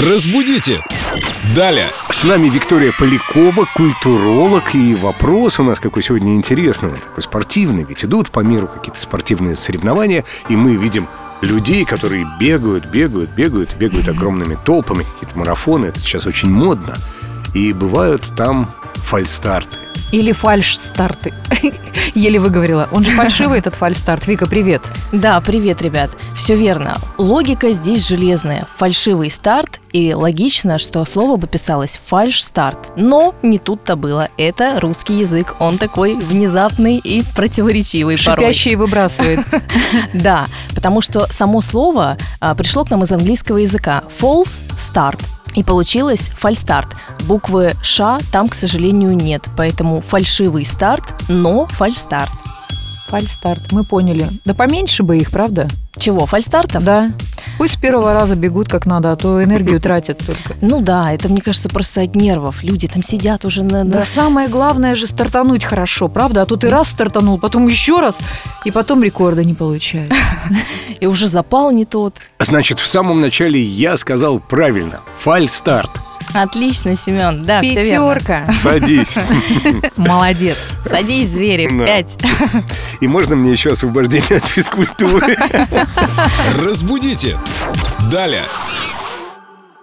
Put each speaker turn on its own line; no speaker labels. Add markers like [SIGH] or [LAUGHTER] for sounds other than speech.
Разбудите! Далее!
С нами Виктория Полякова, культуролог, и вопрос у нас какой сегодня интересный, он такой спортивный, ведь идут по миру какие-то спортивные соревнования, и мы видим людей, которые бегают, бегают, бегают, бегают огромными толпами, какие-то марафоны, это сейчас очень модно, и бывают там фальстарты.
Или фальш-старты. [LAUGHS] Еле выговорила. Он же фальшивый, этот фальш-старт. Вика, привет.
Да, привет, ребят. Все верно. Логика здесь железная. Фальшивый старт и логично, что слово бы писалось фальш-старт. Но не тут-то было. Это русский язык. Он такой внезапный и противоречивый порой.
Шипящий выбрасывает.
Да, потому что само слово а, пришло к нам из английского языка. False start. И получилось фальстарт. Буквы «ш» там, к сожалению, нет, поэтому фальшивый старт, но фальстарт.
Фальстарт, мы поняли. Да поменьше бы их, правда?
Чего, фальстартов?
Да. Пусть с первого раза бегут как надо, а то энергию тратят только.
Ну да, это, мне кажется, просто от нервов. Люди там сидят уже на... на-
Да самое главное же стартануть хорошо, правда? А то ты раз стартанул, потом еще раз, и потом рекорда не получаешь.
И уже запал не тот.
Значит, в самом начале я сказал правильно. Фальстарт.
Отлично, Семен. Да, все А верно.
Садись.
Молодец.
Садись, звери,
Да.
пять.
И можно мне еще освобождение от физкультуры?
Разбудите! Далее!